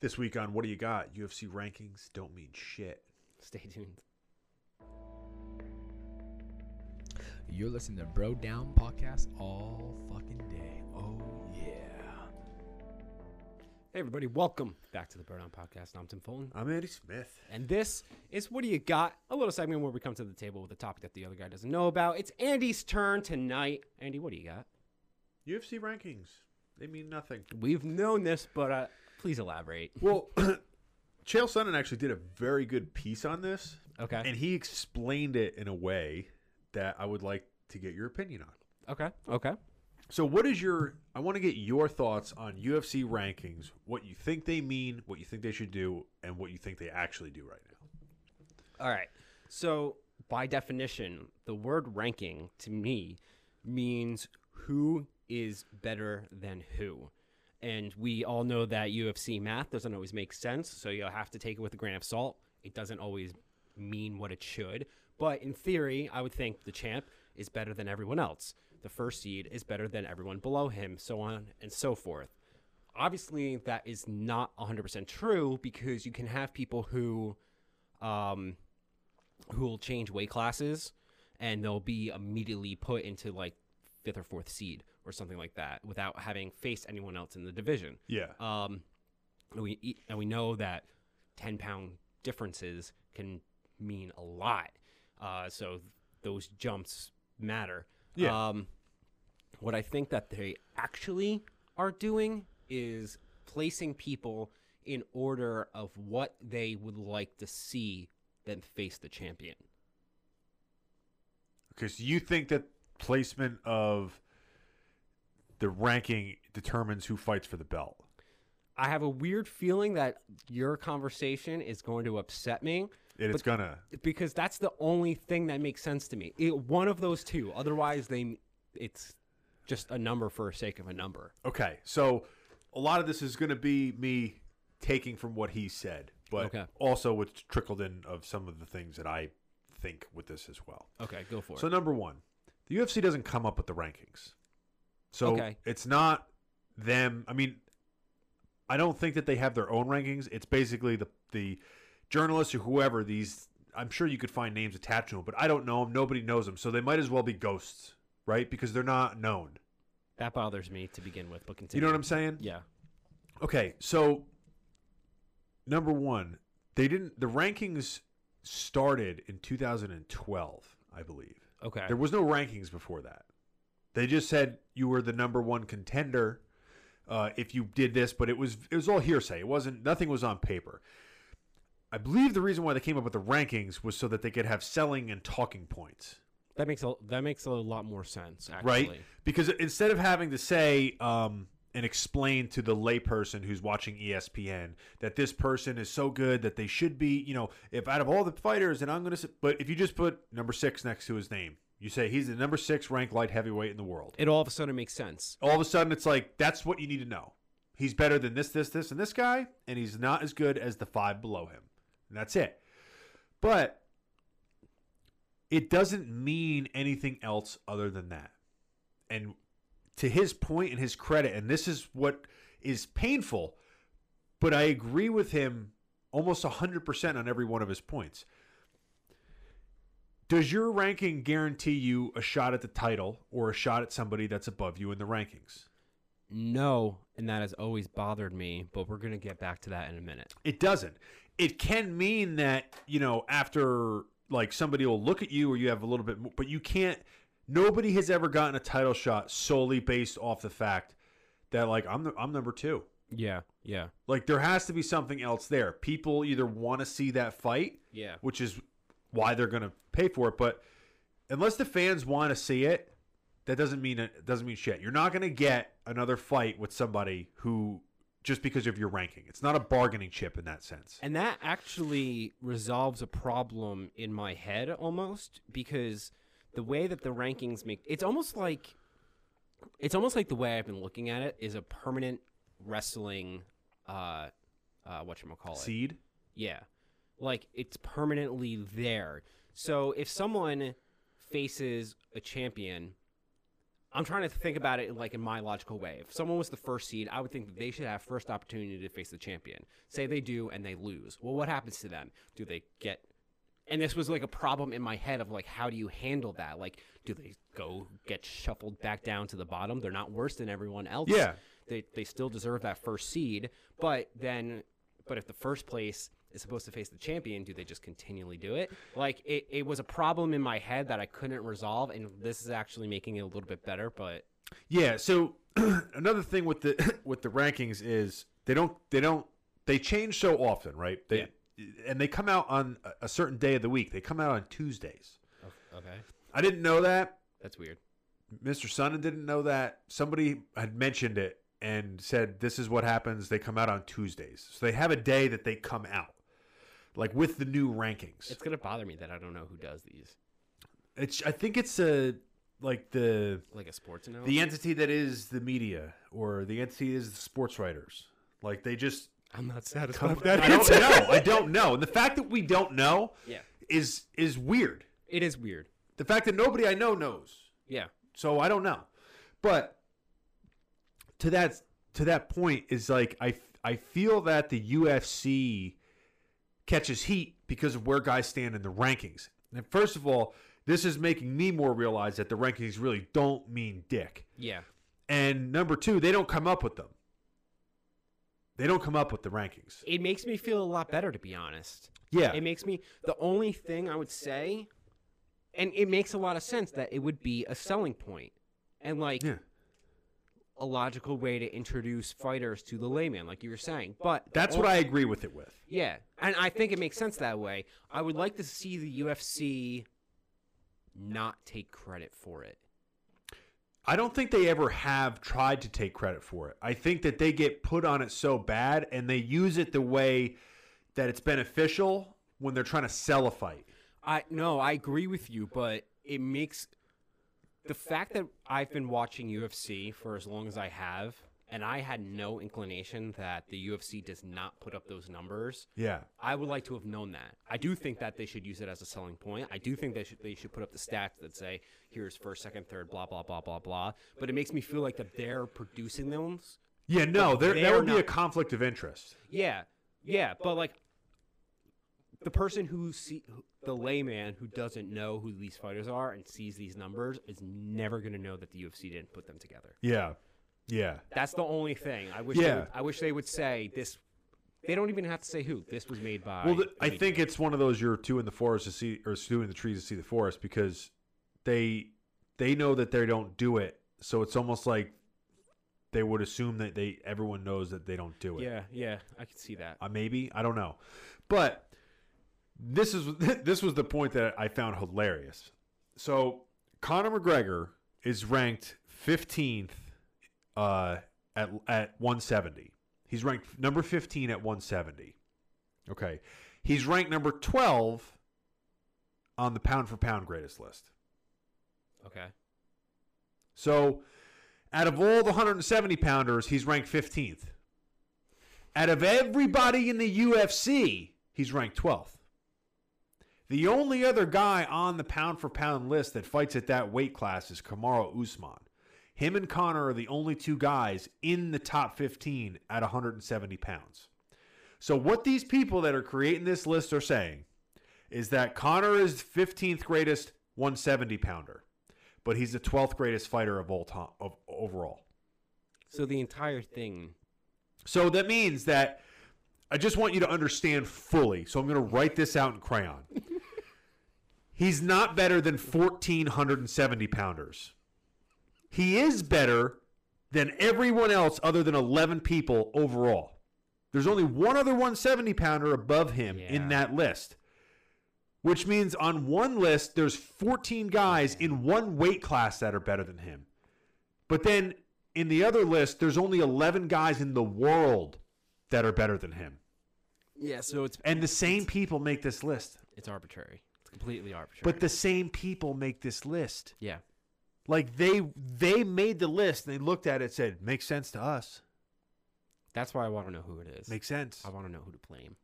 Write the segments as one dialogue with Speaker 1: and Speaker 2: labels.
Speaker 1: This week on What Do You Got? UFC rankings don't mean shit.
Speaker 2: Stay tuned.
Speaker 3: You're listening to Bro Down Podcast all fucking day. Oh, yeah.
Speaker 2: Hey, everybody, welcome back to the Burnout Podcast. I'm Tim Fulton.
Speaker 1: I'm Andy Smith.
Speaker 2: And this is What Do You Got? A little segment where we come to the table with a topic that the other guy doesn't know about. It's Andy's turn tonight. Andy, what do you got?
Speaker 1: UFC rankings, they mean nothing.
Speaker 2: We've known this, but uh, please elaborate.
Speaker 1: Well, Chael Sonnen actually did a very good piece on this,
Speaker 2: Okay.
Speaker 1: and he explained it in a way that I would like to get your opinion on.
Speaker 2: Okay. Okay.
Speaker 1: So, what is your? I want to get your thoughts on UFC rankings. What you think they mean, what you think they should do, and what you think they actually do right now.
Speaker 2: All right. So, by definition, the word ranking to me means who is better than who. And we all know that UFC math doesn't always make sense. So, you'll have to take it with a grain of salt. It doesn't always mean what it should. But in theory, I would think the champ is better than everyone else. The first seed is better than everyone below him, so on and so forth. Obviously, that is not 100% true because you can have people who um, who will change weight classes and they'll be immediately put into like fifth or fourth seed or something like that without having faced anyone else in the division.
Speaker 1: Yeah,
Speaker 2: Um, and we eat, and we know that ten pound differences can mean a lot. Uh, so those jumps matter.
Speaker 1: Yeah.
Speaker 2: Um, what I think that they actually are doing is placing people in order of what they would like to see them face the champion.
Speaker 1: because you think that placement of the ranking determines who fights for the belt.
Speaker 2: I have a weird feeling that your conversation is going to upset me
Speaker 1: It is gonna.
Speaker 2: because that's the only thing that makes sense to me. It, one of those two. Otherwise, they it's just a number for the sake of a number.
Speaker 1: Okay, so a lot of this is going to be me taking from what he said, but
Speaker 2: Okay.
Speaker 1: also what's trickled in of some of the things that I think with this as well.
Speaker 2: Okay, go for
Speaker 1: So
Speaker 2: it.
Speaker 1: number one, the UFC doesn't come up with the rankings, so
Speaker 2: Okay.
Speaker 1: it's not them. I mean, I don't think that they have their own rankings. It's basically the the journalists or whoever these. I'm sure you could find names attached to them, but I don't know them. Nobody knows them, so they might as well be ghosts, right? Because they're not known.
Speaker 2: That bothers me to begin with, but continue.
Speaker 1: You know what I'm saying?
Speaker 2: Yeah.
Speaker 1: Okay, so number one, they didn't. The rankings started in 2012, I believe.
Speaker 2: Okay.
Speaker 1: There was no rankings before that. They just said you were the number one contender uh, if you did this, but it was it was all hearsay. It wasn't nothing was on paper. I believe the reason why they came up with the rankings was so that they could have selling and talking points
Speaker 2: That makes a that makes a lot more sense. Actually.
Speaker 1: right? Because instead of having to say um, and explain to the layperson who's watching E ESPN that this person is so good that they should be, you know, if out of all the fighters, and I'm going to, but if you just put number six next to his name, you say he's the number six ranked light heavyweight in the world.
Speaker 2: It all of a sudden makes sense.
Speaker 1: All of a sudden, it's like that's what you need to know. He's better than this, this, this, and this guy, and he's not as good as the five below him. And that's it. But it doesn't mean anything else other than that. And to his point and his credit, and this is what is painful, but I agree with him almost 100% on every one of his points. Does your ranking guarantee you a shot at the title or a shot at somebody that's above you in the rankings?
Speaker 2: No, and that has always bothered me. But we're gonna get back to that in a minute.
Speaker 1: It doesn't. It can mean that, you know, after like somebody will look at you or you have a little bit more, but you can't. Nobody has ever gotten a title shot solely based off the fact that, like, I'm, I'm number two.
Speaker 2: Yeah. Yeah.
Speaker 1: Like, there has to be something else there. People either want to see that fight
Speaker 2: Yeah.
Speaker 1: which is why they're going to pay for it. But unless the fans want to see it, that doesn't mean it doesn't mean shit. You're not going to get another fight with somebody who just because of your ranking. It's not a bargaining chip in that sense.
Speaker 2: And that actually resolves a problem in my head almost because the way that the rankings make it's almost like it's almost like the way I've been looking at it is a permanent wrestling uh uh whatchamacallit.
Speaker 1: Seed.
Speaker 2: Yeah. Like it's permanently there. So if someone faces a champion, I'm trying to think about it like in my logical way. If someone was the first seed, I would think that they should have first opportunity to face the champion. Say they do and they lose. Well, what happens to them? Do they get and this was like a problem in my head of like how do you handle that? Like do they go get shuffled back down to the bottom? They're not worse than everyone else.
Speaker 1: Yeah.
Speaker 2: They they still deserve that first seed, but then but if the first place is supposed to face the champion, do they just continually do it? Like it, it was a problem in my head that I couldn't resolve, and this is actually making it a little bit better. But
Speaker 1: Yeah. So another thing with the with the rankings is they don't they don't they change so often, right? They and they come out on a- a certain day of the week. They come out on Tuesdays.
Speaker 2: okay,
Speaker 1: I didn't know that.
Speaker 2: that's weird.
Speaker 1: Mr. Sonnen didn't know that. Somebody had mentioned it and said this is what happens. They come out on Tuesdays, so they have a day that they come out, like with the new rankings.
Speaker 2: It's gonna bother me that I don't know who does these,
Speaker 1: It's I think it's a like the
Speaker 2: like a sports analogy.
Speaker 1: the entity that is the media or the entity is the sports writers. Like they just
Speaker 2: I'm not satisfied.
Speaker 1: I don't know. I don't know. And the fact that we don't know
Speaker 2: Yeah,
Speaker 1: is is weird.
Speaker 2: it is weird.
Speaker 1: The fact that nobody I know knows.
Speaker 2: Yeah,
Speaker 1: So I don't know. But to that to that point is like I I feel that the UFC catches heat because of where guys stand in the rankings. And first of all, this is making me more realize that the rankings really don't mean dick.
Speaker 2: yeah.
Speaker 1: And number 2, they don't come up with them. They don't come up with the rankings.
Speaker 2: It makes me feel a lot better to be honest.
Speaker 1: Yeah.
Speaker 2: It makes me the only thing I would say, and it makes a lot of sense that it would be a selling point, and like
Speaker 1: yeah.
Speaker 2: a logical way to introduce fighters to the layman, like you were saying. But the
Speaker 1: That's what
Speaker 2: on-
Speaker 1: I agree with it with.
Speaker 2: yeah, and I think it makes sense that way. I would like to see the UFC not take credit for it.
Speaker 1: I don't think they ever have tried to take credit for it. I think that they get put on it so bad and they use it the way that it's beneficial when they're trying to sell a fight.
Speaker 2: I no, I agree with you, but it makes the fact that I've been watching UFC for as long as I have, and I had no inclination that the UFC does not put up those numbers.
Speaker 1: Yeah.
Speaker 2: I would like to have known that. I do think that they should use it as a selling point. I do think they should they should put up the stats that say here's first, second, third, blah blah blah blah blah. But it makes me feel like that they're producing those.
Speaker 1: Yeah, no, there, that
Speaker 2: they're
Speaker 1: would be a
Speaker 2: not-
Speaker 1: conflict of interest.
Speaker 2: Yeah, yeah, but like the person who see who- the layman who doesn't know who these fighters are and sees these numbers is never going to know that the UFC didn't put them together.
Speaker 1: Yeah. Yeah.
Speaker 2: That's the only thing I wish. They
Speaker 1: Yeah.
Speaker 2: would, I wish they would say this. They don't even have to say who. This was made by.
Speaker 1: Well, th-
Speaker 2: the
Speaker 1: I
Speaker 2: media.
Speaker 1: think it's one of those you're two in the forest to see, or two in the trees to see the forest because they they know that they don't do it, so it's almost like they would assume that they everyone knows that they don't do it.
Speaker 2: Yeah, yeah, I can see that.
Speaker 1: uh, maybe I don't know, but this is this was the point that I found hilarious. So Conor McGregor is ranked 15th uh, at at 170. He's ranked number 15 at 170. Okay, he's ranked number 12 on the pound for pound greatest list.
Speaker 2: Okay.
Speaker 1: So, out of all the 170 pounders, he's ranked 15th. Out of everybody in the UFC, he's ranked 12th. The only other guy on the pound for pound list that fights at that weight class is Kamaru Usman. Him and Connor are the only two guys in the top 15 at 170 pounds. So, what these people that are creating this list are saying is that Connor is 15th greatest 170 pounder but he's the 12th greatest fighter of all time of overall.
Speaker 2: So the entire thing.
Speaker 1: So that means that I just want you to understand fully. So I'm going to write this out in crayon. he's not better than 1470 pounders. He is better than everyone else other than 11 people overall. There's only one other 170 pounder above him
Speaker 2: Yeah.
Speaker 1: in that list. Which means on one list there's 14 guys in one weight class that are better than him. But then in the other list, there's only 11 guys in the world that are better than him.
Speaker 2: Yeah. So it's
Speaker 1: And the same people make this list.
Speaker 2: it's arbitrary. It's completely arbitrary.
Speaker 1: But the same people make this list.
Speaker 2: yeah.
Speaker 1: Like they they made the list and they looked at it and said, "Makes sense to us.
Speaker 2: That's why I want to know who it is.
Speaker 1: Makes sense."
Speaker 2: I want to know who to blame.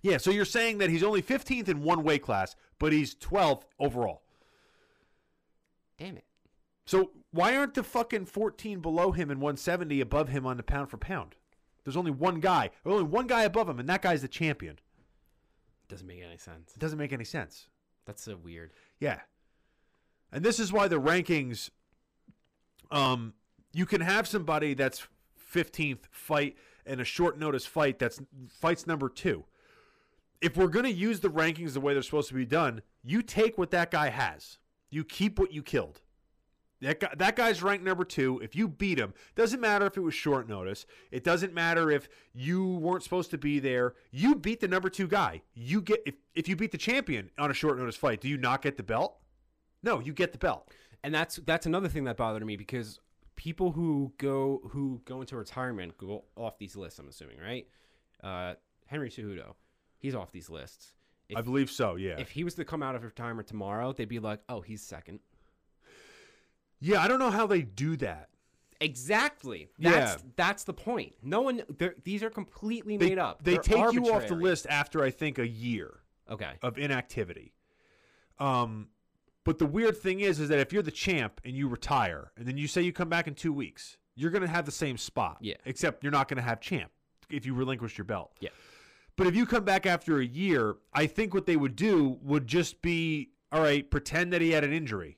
Speaker 1: Yeah, so you're saying that he's only 15th in one weight class, but he's 12th overall.
Speaker 2: Damn it.
Speaker 1: So why aren't the fucking 14 below him and 170 above him on the pound for pound? There's only one guy, only one guy above him, and that guy's the champion.
Speaker 2: Doesn't make any sense.
Speaker 1: It doesn't make any sense.
Speaker 2: That's so weird.
Speaker 1: Yeah. And this is why the rankings um you can have somebody that's 15th fight and a short notice fight that's fights number 2. If we're going to use the rankings the way they're supposed to be done, you take what that guy has. You keep what you killed. That guy, that guy's ranked number 2. If you beat him, doesn't matter if it was short notice. It doesn't matter if you weren't supposed to be there. You beat the number 2 guy. You get if if you beat the champion on a short notice fight, do you not get the belt? No, you get the belt.
Speaker 2: And that's that's another thing that bothered me because people who go who go into retirement go off these lists. I'm assuming, right? Uh, Henry Cejudo, he's off these lists. If,
Speaker 1: I believe so, yeah.
Speaker 2: if he was to come out of retirement tomorrow, they'd be like, "Oh, he's second.
Speaker 1: yeah, I don't know how they do that.
Speaker 2: Exactly.
Speaker 1: Yeah.
Speaker 2: That's that's the point. No one. they're- These are completely
Speaker 1: They,
Speaker 2: made up.
Speaker 1: they
Speaker 2: They're
Speaker 1: take you off the
Speaker 2: arbitrary.
Speaker 1: list after I think a year
Speaker 2: Okay.
Speaker 1: of inactivity. Um but the weird thing is is that if you're the champ and you retire and then you say you come back in 2 weeks, you're going to have the same spot.
Speaker 2: Yeah.
Speaker 1: Except you're not going to have champ if you relinquish your belt.
Speaker 2: Yeah.
Speaker 1: But if you come back after a year, I think what they would do would just be all right, pretend that he had an injury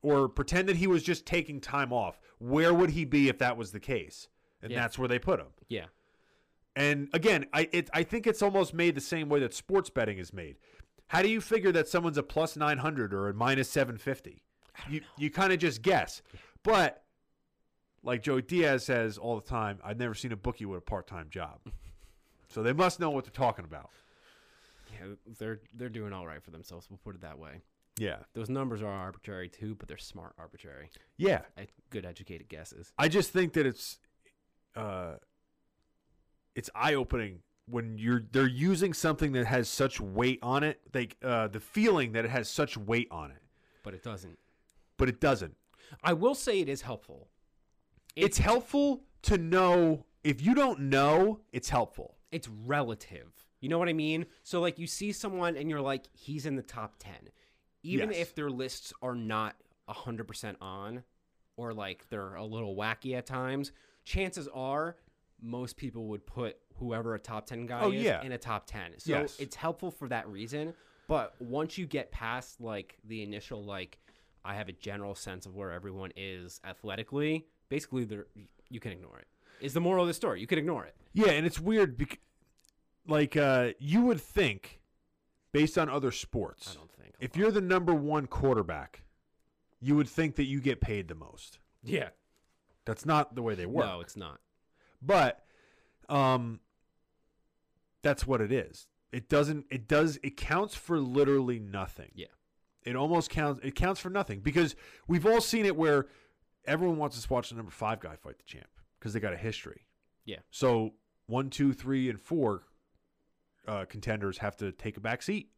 Speaker 1: or pretend that he was just taking time off. Where would he be if that was the case? And
Speaker 2: Yeah.
Speaker 1: that's where they put him.
Speaker 2: Yeah.
Speaker 1: And again, I it, I think it's almost made the same way that sports betting is made. How do you figure that someone's a plus 900 or a minus 750? You you kind of just guess. But like Joey Diaz says all the time, I've never seen a bookie with a part-time job. so they must know what they're talking about.
Speaker 2: Yeah. They're they're doing all right for themselves. We'll put it that way.
Speaker 1: Yeah.
Speaker 2: Those numbers are arbitrary too, but they're smart arbitrary.
Speaker 1: Yeah.
Speaker 2: I, good educated guesses.
Speaker 1: I just think that it's uh it's eye-opening when you're they're using something that has such weight on it, like uh the feeling that it has such weight on it,
Speaker 2: but it doesn't.
Speaker 1: but it doesn't.
Speaker 2: I will say it is helpful.
Speaker 1: it's helpful to know if you don't know it's helpful
Speaker 2: It's relative. You know what I mean? So like you see someone and you're like he's in the top 10. Even
Speaker 1: Yes.
Speaker 2: if their lists are not 100% on or like they're a little wacky at times, chances are most people would put whoever a top 10 guy
Speaker 1: Oh,
Speaker 2: is
Speaker 1: yeah.
Speaker 2: in a top 10. So
Speaker 1: Yes.
Speaker 2: it's helpful for that reason, but once you get past like the initial like I have a general sense of where everyone is athletically, basically there you can ignore it. Is the moral of the story. You can ignore it.
Speaker 1: yeah and it's weird bec- like uh, you would think based on other
Speaker 2: I
Speaker 1: sports
Speaker 2: don't think.
Speaker 1: if you're the number one quarterback you would think that you get paid the most
Speaker 2: yeah,
Speaker 1: that's not the way they work
Speaker 2: no, it's not.
Speaker 1: but um that's what it is it doesn't it does it counts for literally nothing
Speaker 2: Yeah.
Speaker 1: it almost counts it counts for nothing because we've all seen it where everyone wants us to watch the number five guy fight the champ because they got a history
Speaker 2: Yeah.
Speaker 1: so one two three and four uh, contenders have to take a back seat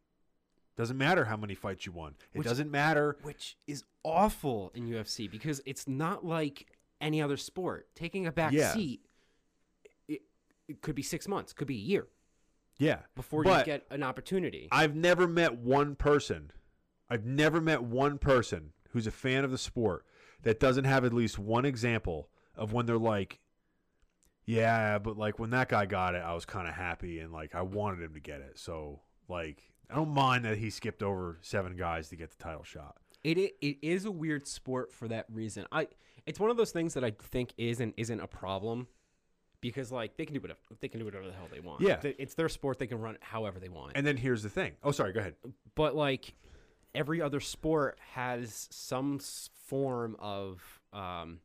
Speaker 1: doesn't matter how many fights you won it
Speaker 2: Which-
Speaker 1: doesn't matter
Speaker 2: Which is awful in UFC because it's not like any other sport. Taking a back
Speaker 1: Yeah.
Speaker 2: seat, it, it could be six months, could be a year
Speaker 1: yeah
Speaker 2: before you
Speaker 1: But-
Speaker 2: get an opportunity.
Speaker 1: I've never met one person. I've never met one person who's a fan of the sport that doesn't have at least one example of when they're like, yeah, but like when that guy got it, I was kind of happy and like I wanted him to get it. So like I don't mind that he skipped over seven guys to get the title shot.
Speaker 2: It i- it is a weird sport for that reason. I it's one of those things that I think is and isn't a problem because like they can do whatever they can do whatever the hell they want.
Speaker 1: Yeah.
Speaker 2: They- it's their sport. They can run it however they want.
Speaker 1: And then here's the thing. Oh, sorry. Go ahead.
Speaker 2: but like every other sport has some s- form of um,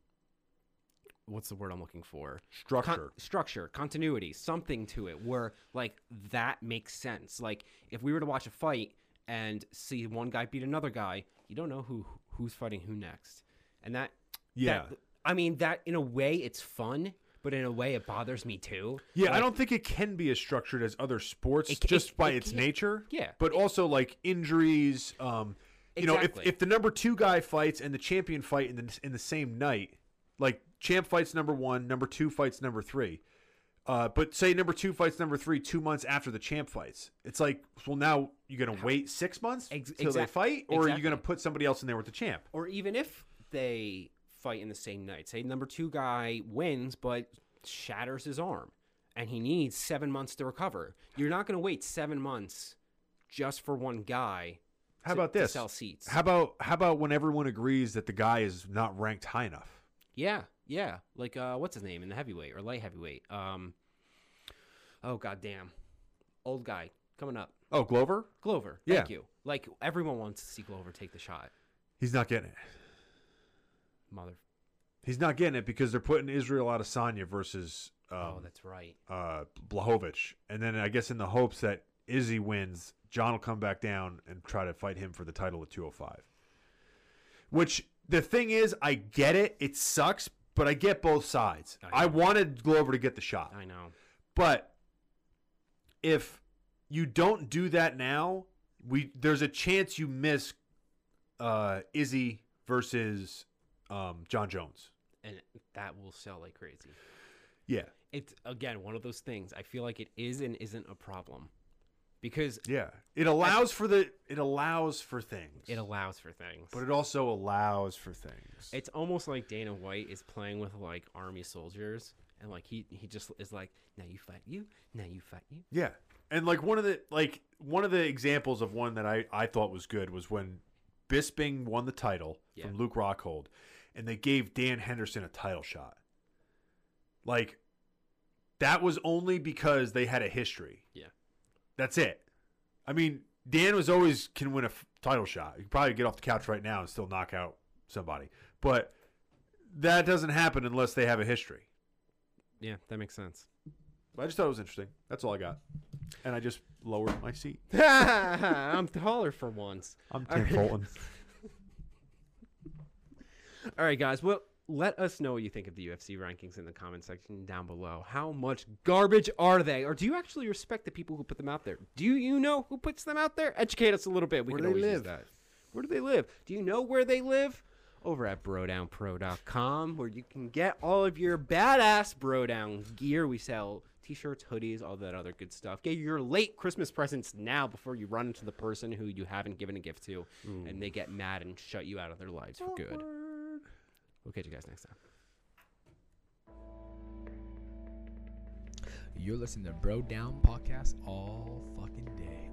Speaker 2: what's the word I'm looking for? Con-
Speaker 1: Structure.
Speaker 2: structure, continuity, something to it where like that makes sense. Like if we were to watch a fight and see one guy beat another guy, you don't know who who's fighting who next, and that
Speaker 1: Yeah.
Speaker 2: that- I mean that in a way it's fun, but in a way it bothers me too.
Speaker 1: Yeah, I
Speaker 2: Like,
Speaker 1: don't think it can be as structured as other sports
Speaker 2: It ca-
Speaker 1: just
Speaker 2: it-
Speaker 1: by
Speaker 2: it
Speaker 1: its
Speaker 2: can't.
Speaker 1: nature.
Speaker 2: Yeah.
Speaker 1: But also like injuries. Um, you know, if,
Speaker 2: Exactly.
Speaker 1: if the number two guy fights and the champion fight in the in the same night, like champ fights number one, number two fights number three. Uh, but say number two fights number three two months after the champ fights. It's like, well, now you're gonna wait six months
Speaker 2: Ex-
Speaker 1: till they
Speaker 2: exact-
Speaker 1: fight, or are you
Speaker 2: exactly.
Speaker 1: gonna put somebody else in there with the champ?
Speaker 2: or even if they fight in the same night, say number two guy wins but shatters his arm and he needs seven months to recover, you're not going to wait seven months just for one guy.
Speaker 1: How
Speaker 2: to-
Speaker 1: about
Speaker 2: to
Speaker 1: this?
Speaker 2: sell seats.
Speaker 1: How about how about when everyone agrees that the guy is not ranked high enough?
Speaker 2: Yeah, yeah. Like uh what's his name in the heavyweight or light heavyweight? Um Oh goddamn. Old guy coming up.
Speaker 1: Oh, Glover,
Speaker 2: Glover. Thank you. Like everyone wants to see Glover take the shot.
Speaker 1: he's not getting it.
Speaker 2: Mother
Speaker 1: He's not getting it because they're putting Israel Adesanya versus
Speaker 2: Oh,
Speaker 1: um,
Speaker 2: that's right.
Speaker 1: uh, Blahovic, and then I guess in the hopes that Izzy wins, John will come back down and try to fight him for the title at 205. Which the thing is, I get it. It sucks, but I get both sides.
Speaker 2: I know.
Speaker 1: I, wanted Glover to get the shot.
Speaker 2: I know.
Speaker 1: But if you don't do that now, we there's a chance you miss uh, Izzy versus um, John Jones.
Speaker 2: And that will sell like crazy.
Speaker 1: Yeah,
Speaker 2: It's again one of those things. I feel like it is and isn't a problem. Because
Speaker 1: yeah. It allows for the it allows for things.
Speaker 2: it allows for things.
Speaker 1: but it also allows for things.
Speaker 2: It's almost like Dana White is playing with like army soldiers, and like he he just is like, now you fight you, now you fight you.
Speaker 1: yeah, and like one of the like one of the examples of one that I I thought was good was when Bisping won the title from
Speaker 2: Yeah.
Speaker 1: Luke Rockhold, and they gave Dan Henderson a title shot. Like that was only because they had a history.
Speaker 2: Yeah.
Speaker 1: that's it. I mean, Dan was always can win a f- title shot. You could probably get off the couch right now and still knock out somebody, but that doesn't happen unless they have a history.
Speaker 2: Yeah, that makes sense.
Speaker 1: I just thought it was interesting. That's all I got. And I just lowered my seat.
Speaker 2: I'm taller for once.
Speaker 1: I'm
Speaker 2: All
Speaker 1: Tim
Speaker 2: right.
Speaker 1: Fulton.
Speaker 2: All right, guys. Well, let us know what you think of the UFC rankings in the comment section down below. How much garbage are they, or do you actually respect the people who put them out there? Do you know who puts them out there? Educate us a little bit. We
Speaker 1: Where
Speaker 2: can
Speaker 1: do they
Speaker 2: always use
Speaker 1: live?
Speaker 2: that. Where do they live? Do you know where they live? Over at brodownpro.com, where you can get all of your badass Brodown gear. We sell t shirts, hoodies, all that other good stuff. Get your late Christmas presents now before you run into the person who you haven't given a gift to
Speaker 1: Hmm.
Speaker 2: and they get mad and shut you out of their lives for good. We'll catch you guys next time.
Speaker 3: You're listening to Bro Down Podcast all fucking day.